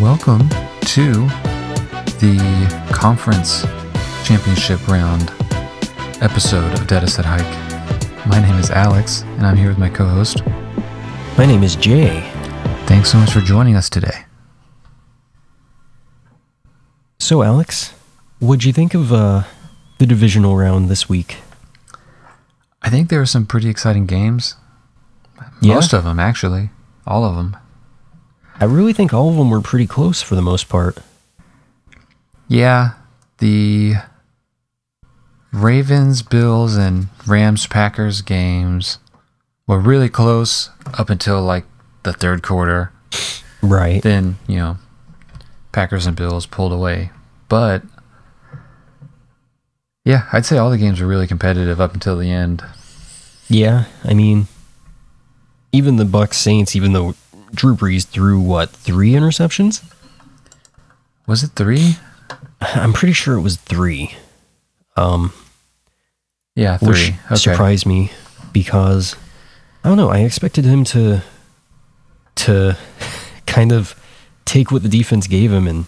Welcome to the conference championship round episode of Dead Set Hike. My name is Alex, and I'm here with my co host. My name is Jay. Thanks so much for joining us today. So, Alex, what'd you think of uh, the divisional round this week? I think there were some pretty exciting games. Yeah. Most of them, actually. All of them. I really think all of them were pretty close for the most part. Yeah, the Ravens, Bills, and Rams Packers games were really close up until like the third quarter. Right. Then, you know, Packers and Bills pulled away. But yeah, I'd say all the games were really competitive up until the end. Yeah. I mean, even the Bucks Saints, even though Drew Brees threw what three interceptions, Was it three? I'm pretty sure it was three. Um, Yeah, three. which okay. surprised me because I don't know. I expected him to to kind of take what the defense gave him, and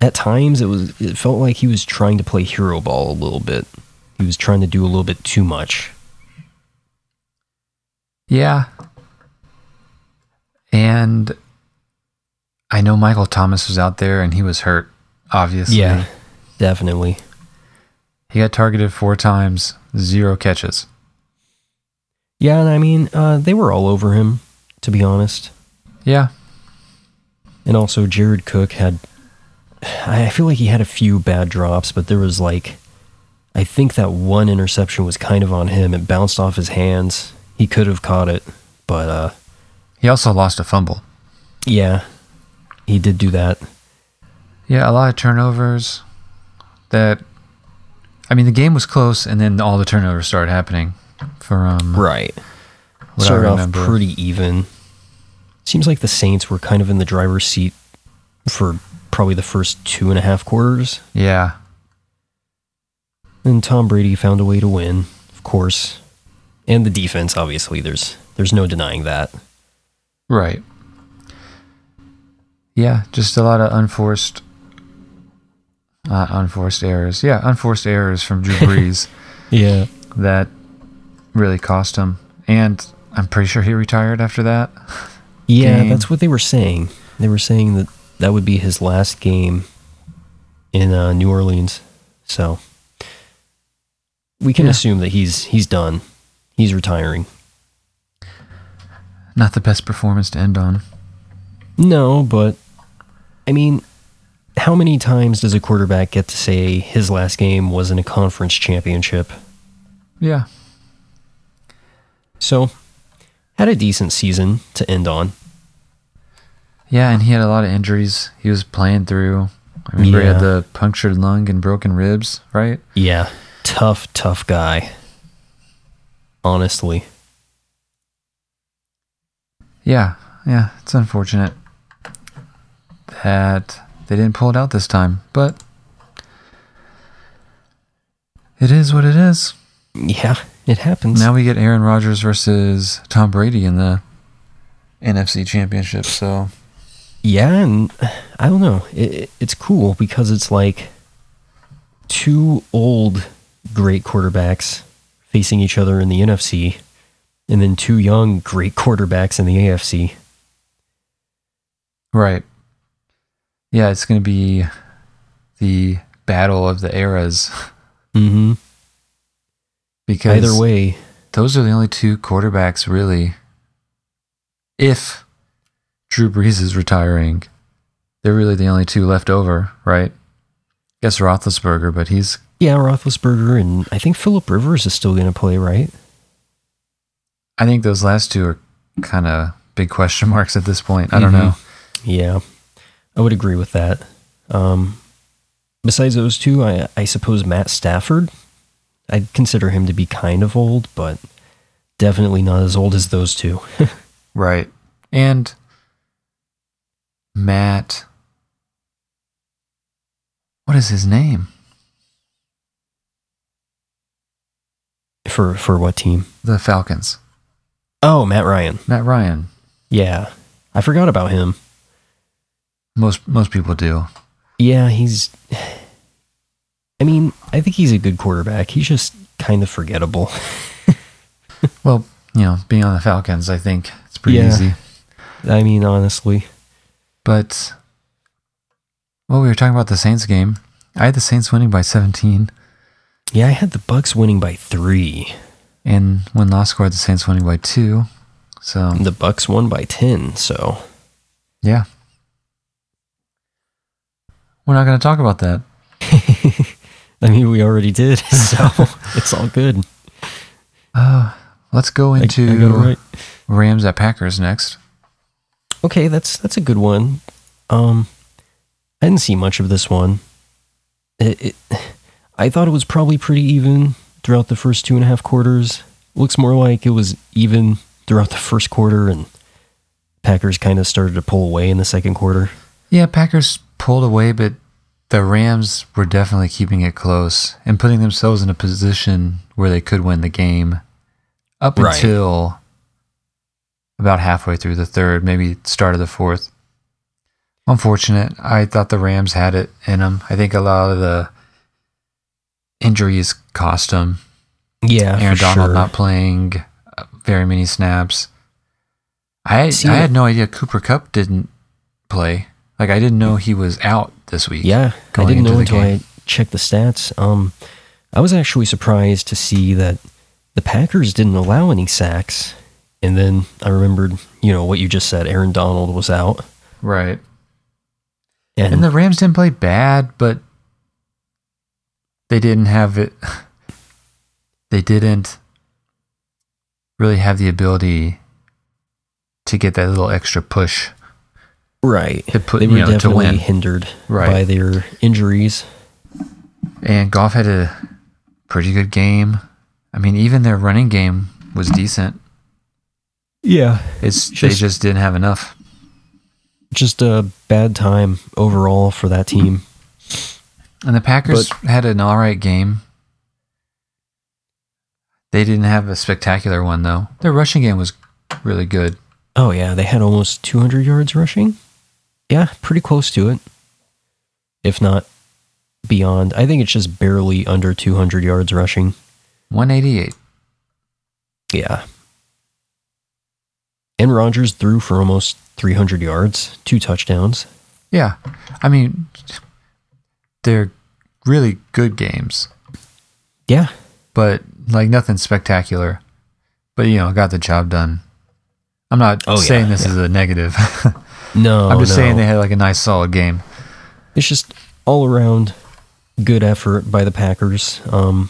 at times it was it felt like he was trying to play hero ball a little bit. He was trying to do a little bit too much. Yeah. And I know Michael Thomas was out there and he was hurt, obviously. definitely. He got targeted four times, zero catches. Yeah, and I mean uh, they were all over him, to be honest. Yeah. And also, Jared Cook had. I I feel like he had a few bad drops, but there was like. I think that one interception was kind of on him. It bounced off his hands. He could have caught it, but uh, He also lost a fumble. yeah, he did do that. Yeah, a lot of turnovers that I mean the game was close and then all the turnovers started happening for um Right. what Started I off remember. pretty even. Seems like the Saints were kind of in the driver's seat for probably the first two and a half quarters. yeah. And Tom Brady found a way to win, of course. And the defense, obviously, there's there's no denying that. Right. Yeah, just a lot of unforced, uh, unforced errors. Yeah, unforced errors from Drew Brees Yeah. that really cost him. And I'm pretty sure he retired after that. Yeah, game. that's what they were saying. They were saying that that would be his last game in uh, New Orleans. So we can Yeah. assume that he's he's done. He's retiring. Not the best performance to end on. No, but I mean, how many times does a quarterback get to say his last game was in a conference championship? Yeah. So had a decent season to end on. Yeah, and he had a lot of injuries. He was playing through. I remember he Yeah. had the punctured lung and broken ribs, right? Yeah, tough, tough guy. Honestly. Yeah, yeah, it's unfortunate that they didn't pull it out this time, but it is what it is. Yeah, it happens. Now we get Aaron Rodgers versus Tom Brady in the NFC Championship, so Yeah, and I don't know. It, it- it's cool because it's like two old great quarterbacks facing each other in the NFC, and then two young great quarterbacks in the AFC. right. Yeah, it's going to be the battle of the eras Mm-hmm. because Either way, those are the only two quarterbacks really. If Drew Brees is retiring, they're really the only two left over, right? guess Roethlisberger, but he's yeah, Roethlisberger and I think Philip Rivers is still going to play, right? I think those last two are kind of big question marks at this point. I don't Mhm. know. Yeah, I would agree with that. Um, besides those two, I, I suppose Matt Stafford, I'd consider him to be kind of old, but definitely not as old as those two. Right. And Matt What is his name? for for what team? The Falcons. Oh, Matt Ryan. Matt Ryan. Yeah, I forgot about him. Most most people do. Yeah, he's. I mean, I think he's a good quarterback. He's just kind of forgettable. Well, you know, being on the Falcons, I think it's pretty Yeah. easy. I mean, honestly. But well, we were talking about the Saints game. I had the Saints winning by 17, Yeah, I had the Bucks winning by three. and when loss scored, the Saints winning by two. So The Bucks won by ten. So yeah, we're not going to talk about that. I mean, we already did. So it's all good. Uh, let's go I, I into got it right. Rams at Packers next. Okay, that's that's a good one. Um, I didn't see much of this one. It, it, I thought it was probably pretty even throughout the first two and a half quarters. Looks more like it was even throughout the first quarter, and Packers kind of started to pull away in the second quarter. Yeah, Packers pulled away, but the Rams were definitely keeping it close and putting themselves in a position where they could win the game up Right. until about halfway through the third, maybe start of the fourth. Unfortunate. I thought the Rams had it in them. I think a lot of the injuries cost them. Yeah, Aaron for Donald sure. not playing uh, very many snaps. I See, I had no idea Cooper Cup didn't play. Like I didn't know he was out this week. Yeah, I going didn't into know the until game. I checked the stats. Um, I was actually surprised to see that the Packers didn't allow any sacks, and then I remembered, you know, what you just said. Aaron Donald was out, Right. and, And the Rams didn't play bad, but they didn't have it. They didn't really have the ability to get that little extra push right, to put they you were know, to definitely win. hindered Right. by their injuries. And Goff had a pretty good game. I mean, even their running game was decent. Yeah, It's Just- they just didn't have enough. just a bad time overall for that team. And the Packers had an all right game. They didn't have a spectacular one though. Their rushing game was really good. Oh yeah, they had almost 200 yards rushing. Yeah, pretty close to it. If not beyond. I think it's just barely under 200 yards rushing. 188. Yeah. And Rodgers threw for almost 300 yards, two touchdowns. Yeah. I mean, they're really good games, Yeah. but like nothing spectacular. But you know, got the job done. I'm not Oh, yeah, saying this yeah. is a negative. No. I'm just no. saying they had like a nice solid game. it's just all around good effort by the Packers. Um,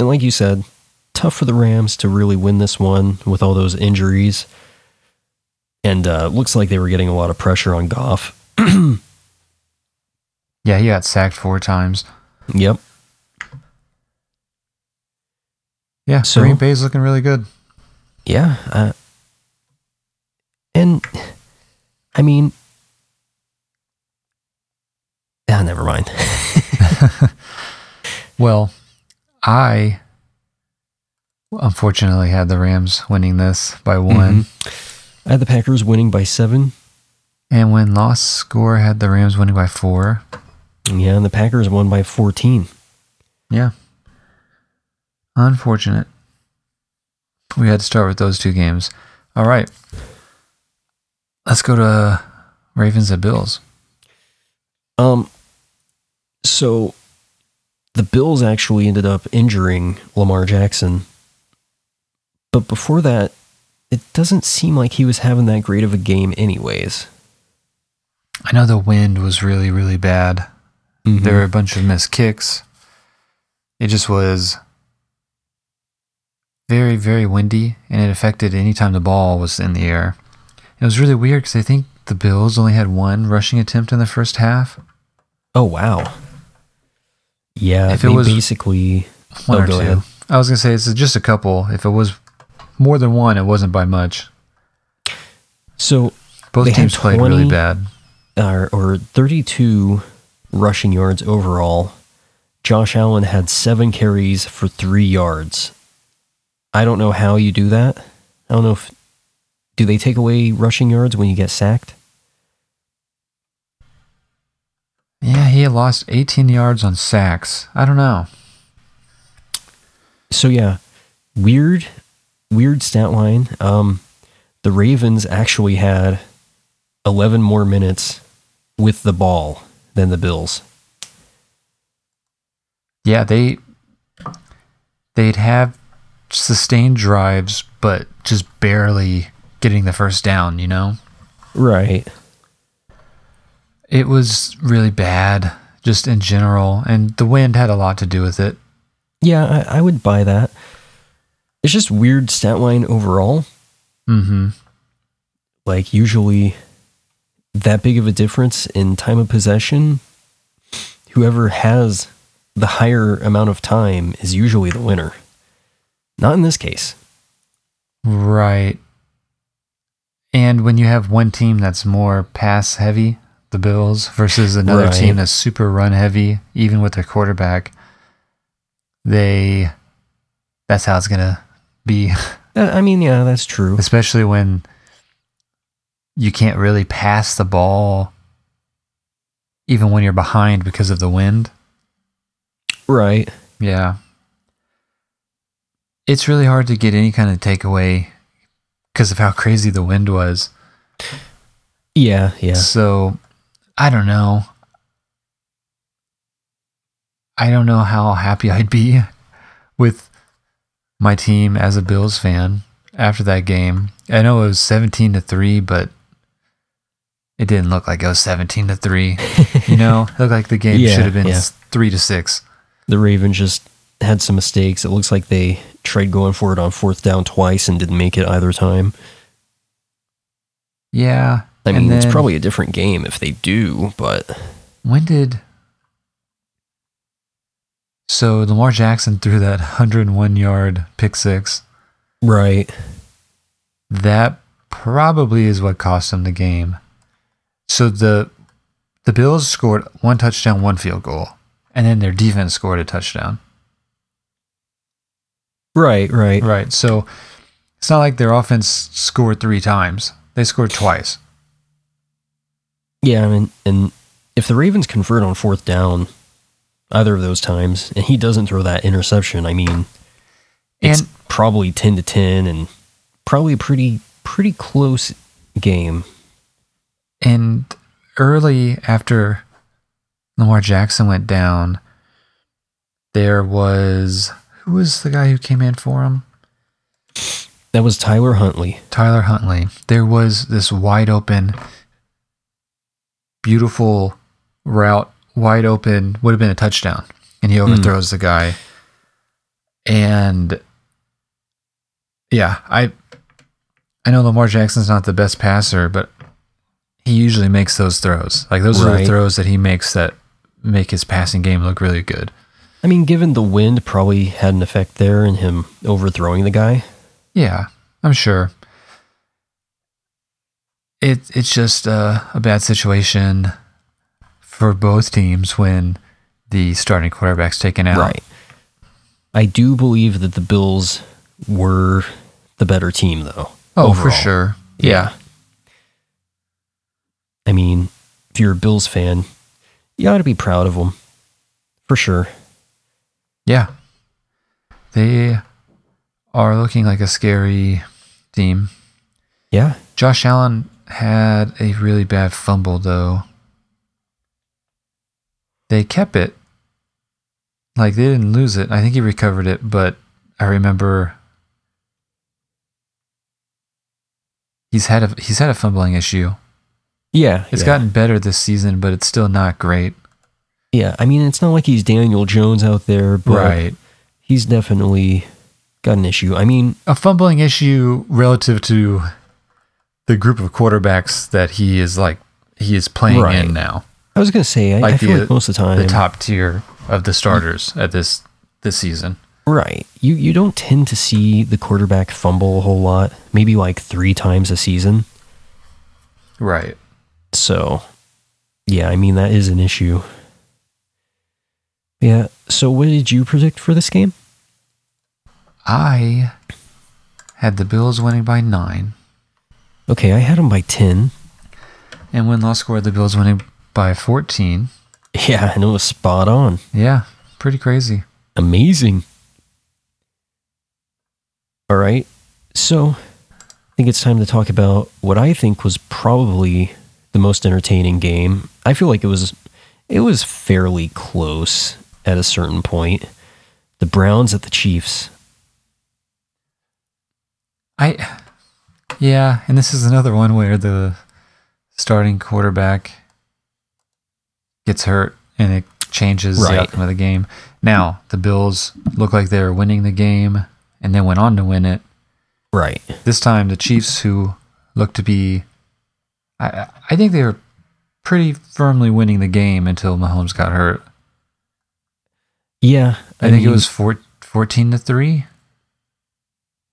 and like you said, tough for the Rams to really win this one with all those injuries. And uh, looks like they were getting a lot of pressure on Goff. Yeah, he got sacked four times. Yep. Yeah, So- Green Bay's looking really good. Yeah. Uh, and I mean, ah, never mind. Well, I unfortunately had the Rams winning this by one, I had the Packers winning by seven. and when loss score had the Rams winning by four. Yeah, and the Packers won by 14. Yeah, unfortunate. We had to start with those two games. All right, let's go to Ravens at Bills. Um, so the Bills actually ended up injuring Lamar Jackson, but before that, it doesn't seem like he was having that great of a game, anyways. I know the wind was really, really bad. There Mm-hmm. were a bunch of missed kicks. It just was very, very windy, and it affected any time the ball was in the air. It was really weird because I think the Bills only had one rushing attempt in the first half. Oh wow. Yeah, If it they was- basically One Oh, or two. go ahead. I was gonna say it's just a couple. If it was more than one, it wasn't by much. so Both They had teams played really 20. bad. or, uh, or 32 rushing yards overall. Josh Allen had seven carries for three yards. I don't know how you do that. I don't know if do they take away rushing yards when you get sacked. Yeah, he had lost 18 yards on sacks. I don't know. So yeah, weird, weird stat line. Um, the Ravens actually had 11 more minutes with the ball than the Bills. Yeah, they they'd have sustained drives, but just barely getting the first down. You know, Right. it was really bad, just in general, and the wind had a lot to do with it. Yeah, I, I would buy that. It's just weird stat line overall. Mm-hmm. Like usually, that big of a difference in time of possession. Whoever has the higher amount of time is usually the winner. Not in this case. Right. And when you have one team that's more pass heavy, the Bills, versus another Right. team that's super run heavy, even with their quarterback, they that's how it's gonna be. Uh, I mean, yeah, that's true. Especially when you can't really pass the ball even when you're behind because of the wind. Right. Yeah. It's really hard to get any kind of takeaway because of how crazy the wind was. Yeah, yeah. So I don't know. I don't know how happy I'd be with my team as a Bills fan after that game. I know it was 17 to 3, but it didn't look like it was 17 to 3. You know, it looked like the game Yeah, should have been yeah. s 3 to 6. The Ravens just had some mistakes. It looks like they tried going for it on fourth down twice and didn't make it either time. Yeah. I and mean, it's then- probably a different game if they do, but When did so Lamar Jackson threw that 101 yard pick six? right. That probably is what cost him the game. So the the Bills scored one touchdown, one field goal, and then their defense scored a touchdown. Right, right. Right. So it's not like their offense scored three times. They scored twice. Yeah, I mean, and if the Ravens convert on fourth down either of those times and he doesn't throw that interception, I mean, it's And- probably 10 to 10 and probably a pretty pretty close game. And early after Lamar Jackson went down, there was who was the guy who came in for him? That was Tyler Huntley. Tyler Huntley. There was this wide open, beautiful route, wide open, would have been a touchdown. And he overthrows the guy. And yeah, I I know Lamar Jackson's not the best passer, but he usually makes those throws. Like those are the Right. throws that he makes that make his passing game look really good. I mean, given the wind probably had an effect there in him overthrowing the guy. Yeah, I'm sure. It it's just uh, a bad situation for both teams when the starting quarterback's taken out. Right. I do believe that the Bills were the better team though. Oh, for overall. sure. Yeah. I mean, if you're a Bills fan, you ought to be proud of them. For sure. Yeah. They are looking like a scary team. Yeah. Josh Allen had a really bad fumble though. They kept it. Like they didn't lose it. I think he recovered it, but I remember he's had a he's had a fumbling issue. Yeah. It's yeah. gotten better this season, but it's still not great. Yeah. I mean, it's not like he's Daniel Jones out there, but he's definitely got an issue. I mean, A fumbling issue relative to the group of quarterbacks that he is like he is playing Right. in now. I was gonna say, I, Like I feel the- like most of the time, the top tier of the starters at this this season. right? You you don't tend to see the quarterback fumble a whole lot. Maybe like three times a season. Right. So, yeah, I mean that is an issue. Yeah. So, what did you predict for this game? I had the Bills winning by nine, Okay, I had him by ten. and win loss score the Bills winning by fourteen. Yeah, and it was spot on. Yeah, pretty crazy. Amazing. All right. So I think it's time to talk about what I think was probably the most entertaining game. I feel like it was it was fairly close at a certain point. The Browns at the Chiefs. I yeah, and this is another one where the starting quarterback gets hurt and it changes Right. the outcome of the game. Now, the Bills look like they're winning the game and then went on to win it. Right. This time the Chiefs who look to be I I- I think they were pretty firmly winning the game until Mahomes got hurt. Yeah. I, think it mean, was four, 14 to 3.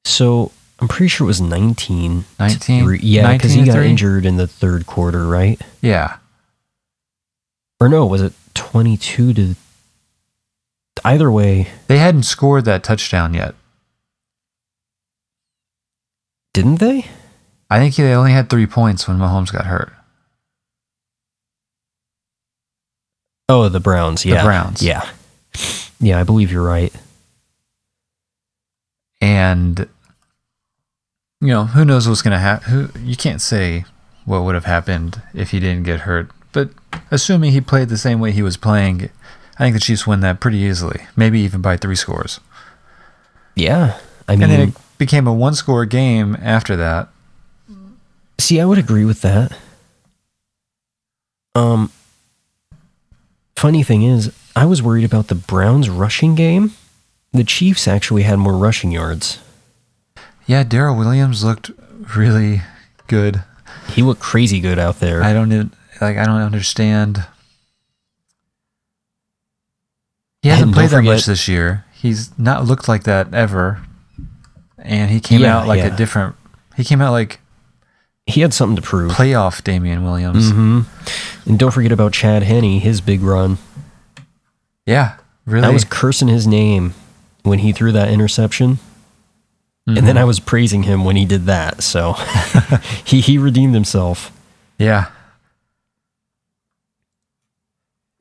so I'm pretty sure it was 19. to 19? three. Yeah, because 19 he to got three? injured in the third quarter, right? Yeah. Or no, was it 22 to Either way, They hadn't scored that touchdown yet. didn't they? I think they only had three points when Mahomes got hurt. Oh, the Browns. The Yeah. Browns. Yeah. Yeah, I believe you're right. And, you know, who knows what's going to happen. You can't say what would have happened if he didn't get hurt. But assuming he played the same way he was playing, I think the Chiefs win that pretty easily, maybe even by three scores. Yeah. I mean, And then it became a one score game after that. See, I would agree with that. Um, funny thing is, I was worried about the Browns' rushing game. The Chiefs actually had more rushing yards. Yeah, Daryl Williams looked really good. He looked crazy good out there. I don't even like. I don't understand. He And hasn't don't played that forget- much this year. He's not looked like that ever, and he came Yeah, out like yeah. a different. He came out like he had something to prove. playoff Damian Williams. hmm And don't forget about Chad Henney, his big run. Yeah, really. I was cursing his name when he threw that interception. And then I was praising him when he did that. So he, he redeemed himself. yeah.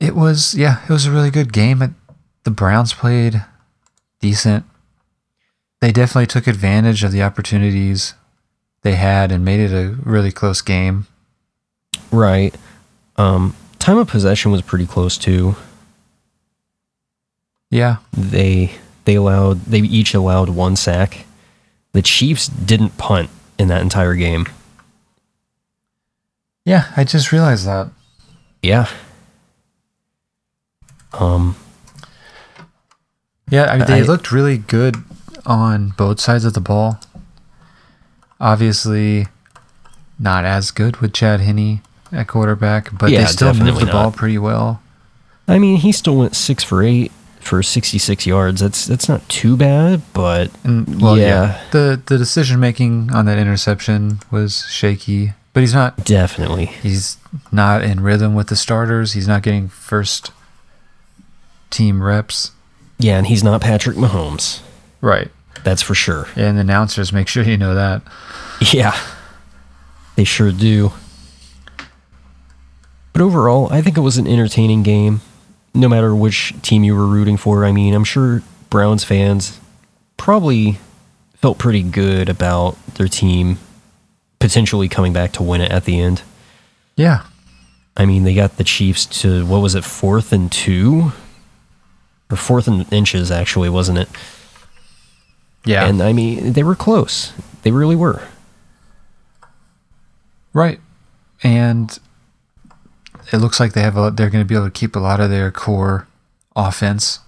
It was yeah. It was a really good game. It, the Browns played decent. They definitely took advantage of the opportunities they had and made it a really close game. Right. Um, time of possession was pretty close too. Yeah. They they allowed they each allowed one sack. The Chiefs didn't punt in that entire game. Yeah, I just realized that. Yeah. Um Yeah, I mean, they I- looked really good on both sides of the ball. Obviously, not as good with Chad Henney at quarterback, but Yeah, they still moved definitely the ball not. pretty well. I mean he still went six for eight for sixty six yards. That's that's not too bad, but And well, yeah, Yeah. the the decision making on that interception was shaky. But he's not definitely. he's not in rhythm with the starters. He's not getting first team reps. Yeah, and he's not Patrick Mahomes. Right. That's for sure. And the announcers make sure you know that. Yeah. They sure do. But overall, I think it was an entertaining game, no matter which team you were rooting for. I mean, I'm sure Browns fans probably felt pretty good about their team potentially coming back to win it at the end. Yeah. I mean, they got the Chiefs to, what was it, fourth and two? Or fourth and inches, actually, wasn't it? Yeah. And I mean, they were close. They really were. Right. And it looks like they have a they're going to be able to keep a lot of their core offense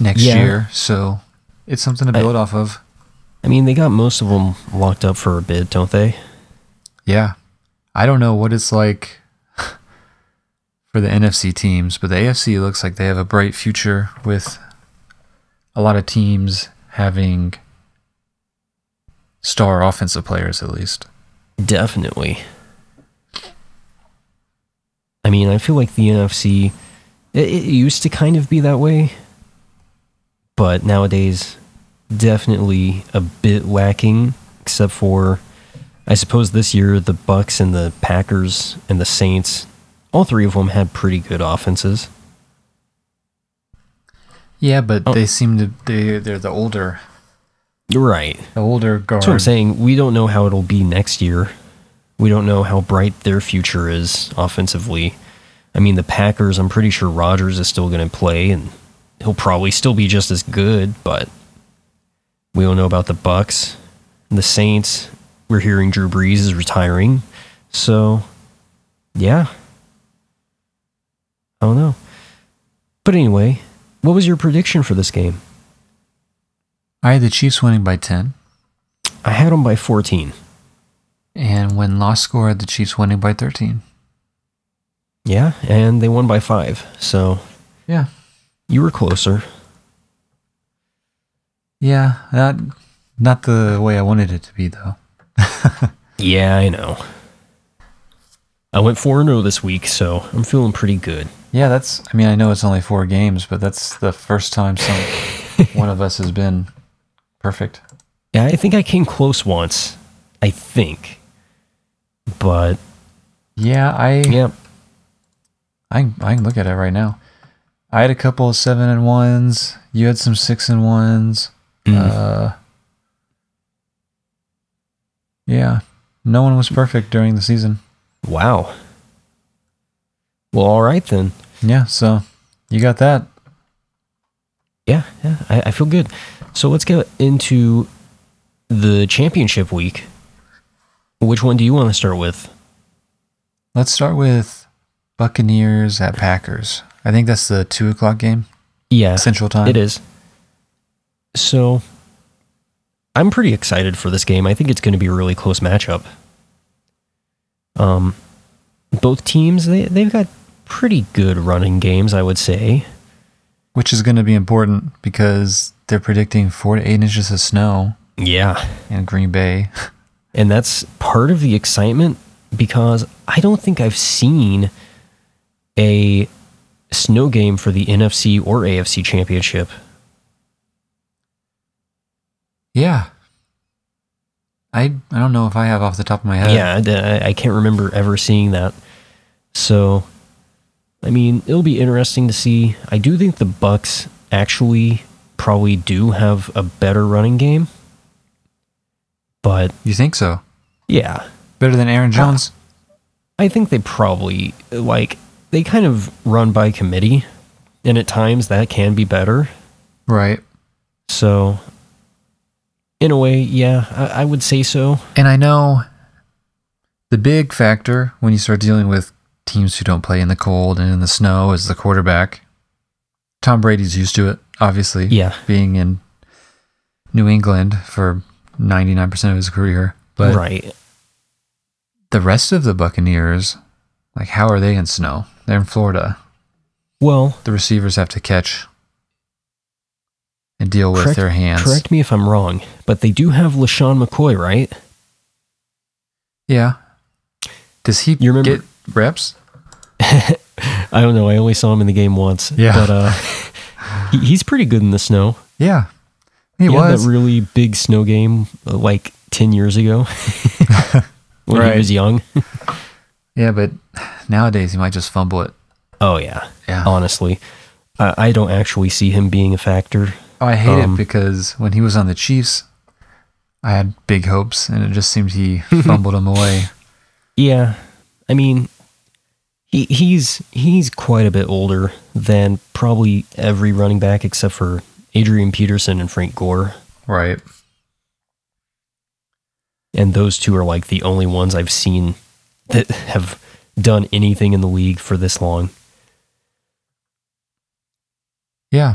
next Yeah. year, so it's something to I- build off of. I mean, they got most of them locked up for a bid, don't they? Yeah. I don't know what it's like for the NFC teams, but the AFC looks like they have a bright future with a lot of teams having star offensive players at least. Definitely. I mean, I feel like the NFC, it, it used to kind of be that way, but nowadays, definitely a bit lacking. Except for, I suppose this year the Bucks and the Packers and the Saints all three of them had pretty good offenses. Yeah, but Oh. they seem to they they're the older Right. the older guard. That's what I'm saying. We don't know how it'll be next year. We don't know how bright their future is offensively. I mean, the Packers, I'm pretty sure Rodgers is still going to play and he'll probably still be just as good, but we don't know about the Bucks. The Saints, we're hearing Drew Brees is retiring. So, yeah. I don't know. But anyway, what was your prediction for this game? I had the Chiefs winning by ten, I had them by 14. and when lost score, I had the Chiefs winning by thirteen. Yeah, and they won by five. So Yeah, you were closer. yeah, not not the way I wanted it to be though. Yeah, I know. I went 4 0 this week, so I'm feeling pretty good. Yeah, that's. I mean, I know it's only four games, but that's the first time some one of us has been perfect. Yeah, I think I came close once. I think. But, Yeah, I yeah. I can- I can look at it right now. I had a couple of seven and ones. You had some six and ones. Uh, yeah, no one was perfect during the season. wow. Well, all right then. Yeah, so you got that. Yeah, yeah, I, I feel good. So let's get into the championship week. Which one do you want to start with? Let's start with Buccaneers at Packers. I think that's the two o'clock game Yeah. Central Time. It is. So I'm pretty excited for this game. I think it's going to be a really close matchup. Um both teams they they've got pretty good running games, I would say. which is going to be important because they're predicting four to eight inches of snow Yeah. in Green Bay. And that's part of the excitement because I don't think I've seen a snow game for the NFC or AFC championship. Yeah. I I don't know if I have off the top of my head. yeah, I d- I, I can't remember ever seeing that. So, I mean, it'll be interesting to see. I do think the Bucks actually probably do have a better running game, but You think so? yeah, Better than Aaron Jones? I think they probably like they kind of run by committee, and at times that can be better. Right. So, in a way, yeah, I, I would say so. And I know the big factor when you start dealing with teams who don't play in the cold and in the snow is the quarterback. Tom Brady's used to it, obviously. Yeah. Being in New England for 99% of his career. But right. the rest of the Buccaneers, like, how are they in snow? They're in Florida. Well, The receivers have to catch and deal with their hands. Correct me if I'm wrong, but they do have LaShawn McCoy, right? Yeah. Does he You remember- get reps? I don't know. I only saw him in the game once. Yeah. But uh, he, he's pretty good in the snow. Yeah. He He had was. that really big snow game uh, like 10 years ago when Right. he was young. yeah, but nowadays he might just fumble it. Oh, yeah. Yeah. Honestly, I, I don't actually see him being a factor. Oh, I hate Um, it because when he was on the Chiefs, I had big hopes and it just seemed he fumbled him away. Yeah. I mean, he, he's he's quite a bit older than probably every running back except for Adrian Peterson and Frank Gore. Right. and those two are like the only ones I've seen that have done anything in the league for this long. Yeah.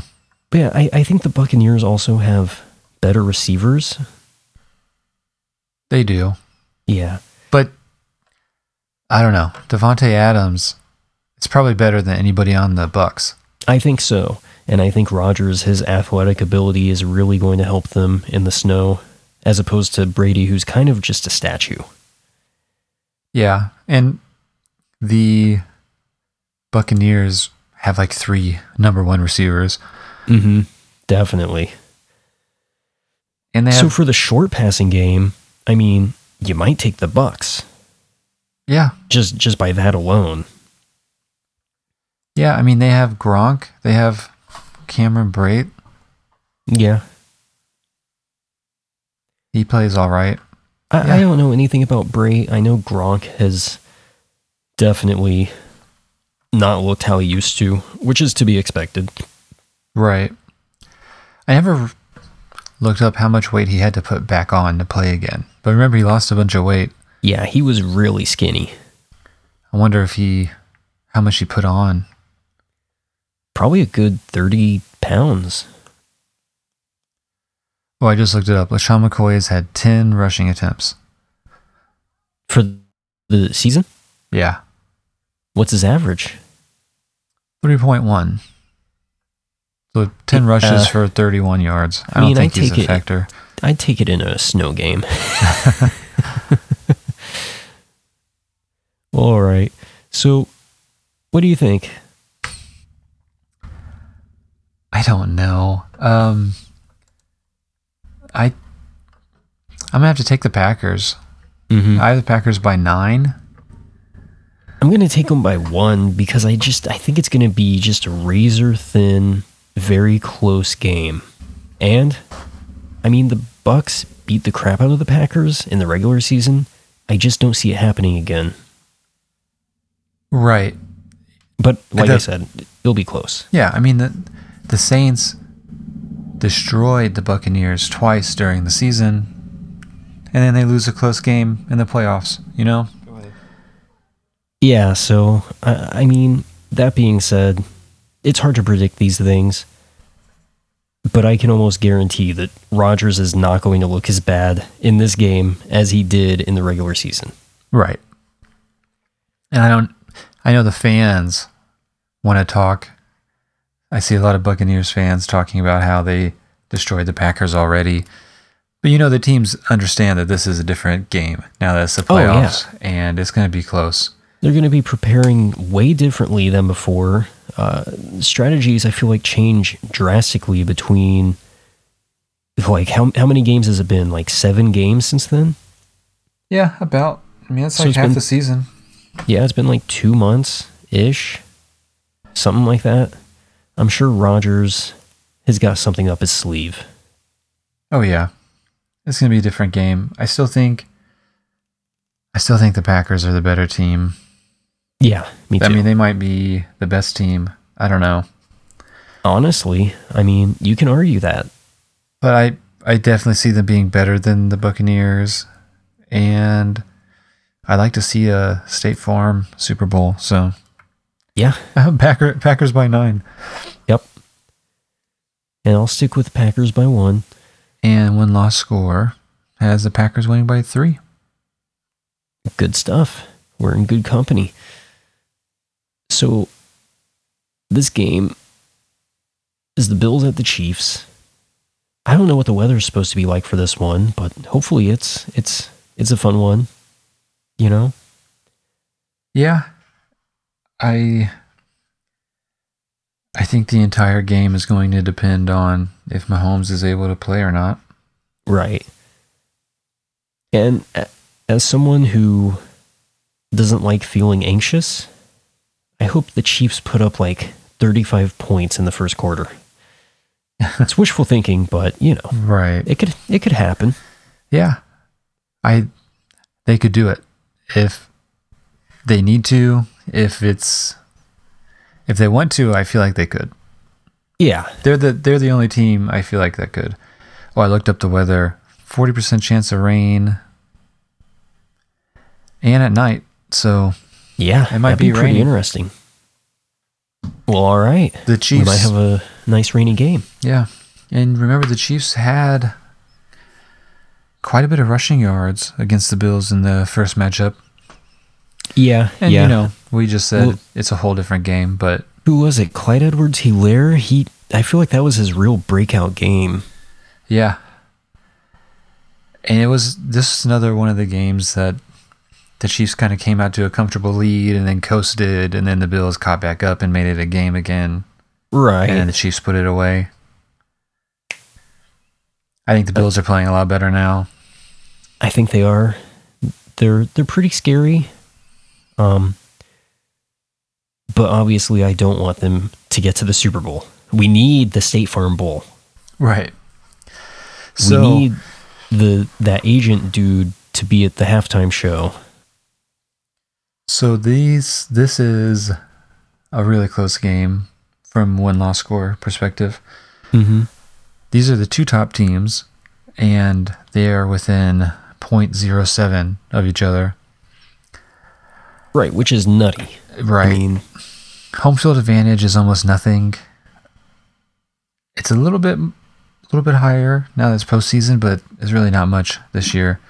But yeah, I, I think the Buccaneers also have better receivers. They do. Yeah. But I don't know. Devonte Adams is probably better than anybody on the Bucks. I think so. And I think Rodgers, his athletic ability is really going to help them in the snow, as opposed to Brady, who's kind of just a statue. Yeah. And the Buccaneers have like three number one receivers. Mm-hmm. Definitely. And they have So for the short passing game, I mean, you might take the Bucks Yeah. just just by that alone. Yeah, I mean they have Gronk, they have Cameron Brate. Yeah. He plays all right. I, Yeah. I don't know anything about Bray. I know Gronk has definitely not looked how he used to, which is to be expected. Right. I never looked up how much weight he had to put back on to play again. But remember he lost a bunch of weight. Yeah, he was really skinny. I wonder if he how much he put on. Probably a good 30 pounds. Oh, I just looked it up. LaShawn McCoy has had 10 rushing attempts. For the season? Yeah. What's his average? 3.1. So 10 rushes Uh, for 31 yards. I, I mean, don't I think he's take a it- factor. I'd take it in a snow game. All right. So, what do you think? I don't know. Um, I I'm gonna have to take the Packers. Mm-hmm. I have the Packers by nine. I'm gonna take them by one because I just I think it's gonna be just a razor thin, very close game, and I mean the Bucks beat the crap out of the Packers in the regular season. I just don't see it happening again. Right. But like I does- said, it'll be close. Yeah. I mean the the Saints destroyed the Buccaneers twice during the season, and then they lose a close game in the playoffs. You know. Yeah. So I, I mean, that being said, it's hard to predict these things, but I can almost guarantee that Rodgers is not going to look as bad in this game as he did in the regular season. Right. And I don't. I know the fans want to talk. I see a lot of Buccaneers fans talking about how they destroyed the Packers already. But you know the teams understand that this is a different game now that it's the Oh, yeah. playoffs, and it's going to be close. they're going to be preparing way differently than before. Uh, strategies, I feel like, change drastically between like how how many games has it been? Like seven games since then? Yeah, about. I mean, that's So like it's half been- the season. Yeah, it's been like two months ish, something like that. I'm sure Rogers has got something up his sleeve. Oh yeah, it's going to be a different game. I still think. I still think the Packers are the better team. Yeah, me too. I mean, they might be the best team. I don't know. Honestly, I mean, you can argue that. But I I definitely see them being better than the Buccaneers, and I'd like to see a State Farm Super Bowl. So Yeah, Packer, Packers by nine yep. And I'll stick with Packers by one. and one loss score has the Packers winning by three. good stuff. We're in good company. So, this game is the Bills at the Chiefs. I don't know what the weather is supposed to be like for this one, but hopefully it's it's it's a fun one. You know, Yeah, I I think the entire game is going to depend on if Mahomes is able to play or not. right? And a- as someone who doesn't like feeling anxious, I hope the Chiefs put up like 35 points in the first quarter. it's wishful thinking, but you know, Right. It could it could happen. Yeah. I they could do it if they need to, if it's if they want to, I feel like they could. Yeah. They're the they're the only team I feel like that could. Oh, I looked up the weather. 40% chance of rain. And at night. So Yeah. It might that'd be pretty raining. interesting. Well, all right. the Chiefs We might have a nice rainy game. Yeah. And remember the Chiefs had quite a bit of rushing yards against the Bills in the first matchup. Yeah. And you know, we just said Well- it's a whole different game, but who was it? Clyde Edwards Hilaire? He I feel like that was his real breakout game. Yeah. And it was this is another one of the games that the Chiefs kind of came out to a comfortable lead and then coasted and then the Bills caught back up and made it a game again Right. and then the Chiefs put it away. I think the Bills are playing a lot better now. I think they are. They're they're pretty scary. Um But obviously, I don't want them to get to the Super Bowl. We need the State Farm Bowl. Right. So we need the that agent dude to be at the halftime show. so these this is a really close game from win loss score perspective. Mm-hmm. These are the two top teams, and they are within 0.07 of each other. Right, which is nutty. Right. I mean, home field advantage is almost nothing. It's a little bit, a little bit higher now that it's postseason, but it's really not much this year.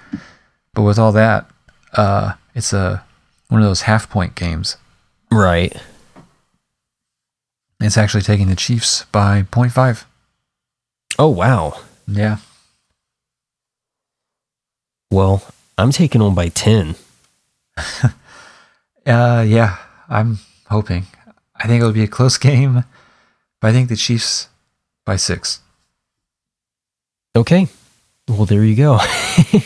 But with all that, uh, it's a one of those half point games. right. It's actually taking the Chiefs by 0.5. Oh wow. Yeah, Well, I'm taking on by ten. uh, yeah. I'm hoping. I think it'll be a close game, but I think the Chiefs by six. Okay. Well, there you go. I,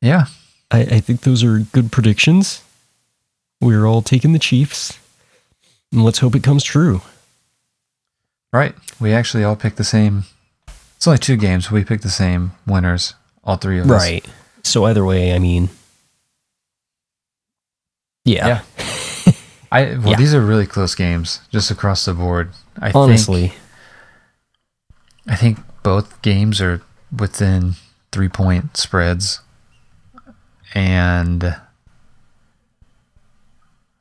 Yeah, I think those are good predictions. We're all taking the Chiefs, and let's hope it comes true. right. We actually all picked the same. It's only two games, but we picked the same winners. All three of us. Right. So either way, I mean, yeah. Yeah. I well, Yeah. these are really close games just across the board. I Honestly, think, I think both games are within three point spreads, and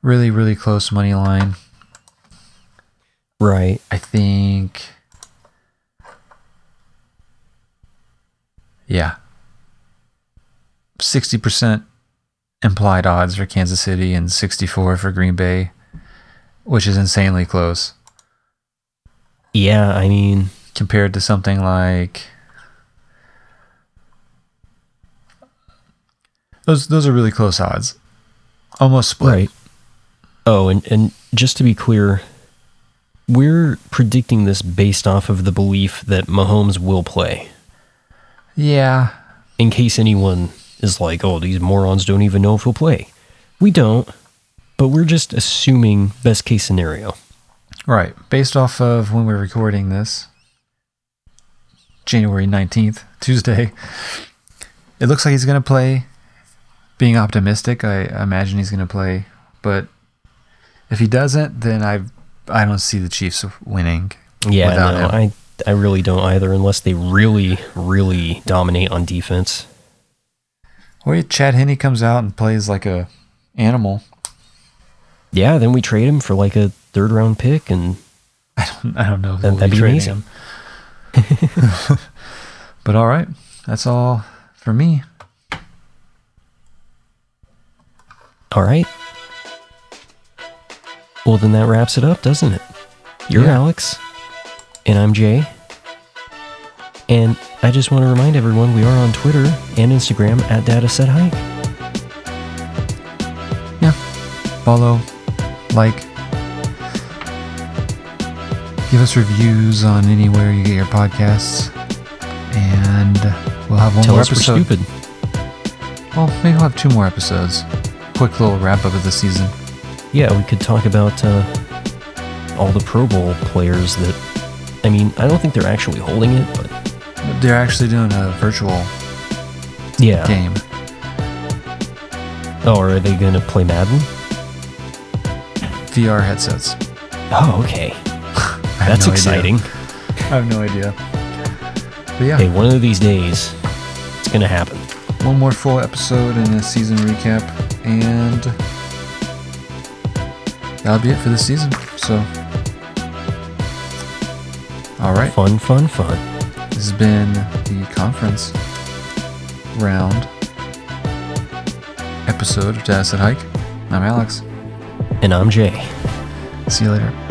really, really close money line. right. I think, yeah, sixty percent implied odds for Kansas City and sixty-four for Green Bay, which is insanely close. Yeah, I mean, compared to something like those those are really close odds almost split Right. Oh, and, and just to be clear, we're predicting this based off of the belief that Mahomes will play. yeah In case anyone is like, oh, these morons don't even know if he'll play. We don't, but we're just assuming best case scenario. right based off of when we're recording this january 19th tuesday it looks like he's going to play being optimistic i imagine he's going to play but if he doesn't then i i don't see the chiefs winning Yeah, Without no, uh, I, I really don't either, unless they really, really dominate on defense. Or if Chad Henney comes out and plays like a animal. Yeah, then we trade him for like a third round pick and I don't, I don't know. if That- we'll that'd be trading amazing. him. but all right, that's all for me. All right. Well, then that wraps it up, doesn't it? You're Yeah. Alex, and I'm Jay. And I just want to remind everyone we are on Twitter and Instagram at DataSetHike. Yeah, follow, like, give us reviews on anywhere you get your podcasts, and we'll have one Tell more us episode. we're stupid. Well, maybe we'll have two more episodes. Quick little wrap up of the season. Yeah, we could talk about uh, all the Pro Bowl players that. I mean, I don't think they're actually holding it, but They're actually doing a virtual yeah. game. Oh, are they going to play Madden? VR headsets. Oh, okay. I have That's no idea. exciting. I have no idea. But yeah, Hey, one of these days, it's going to happen. one more full episode and a season recap, and that'll be it for this season. So, all right, Fun, fun, fun. this has been the conference round episode of Data Set Hike. I'm Alex. And I'm Jay. See you later.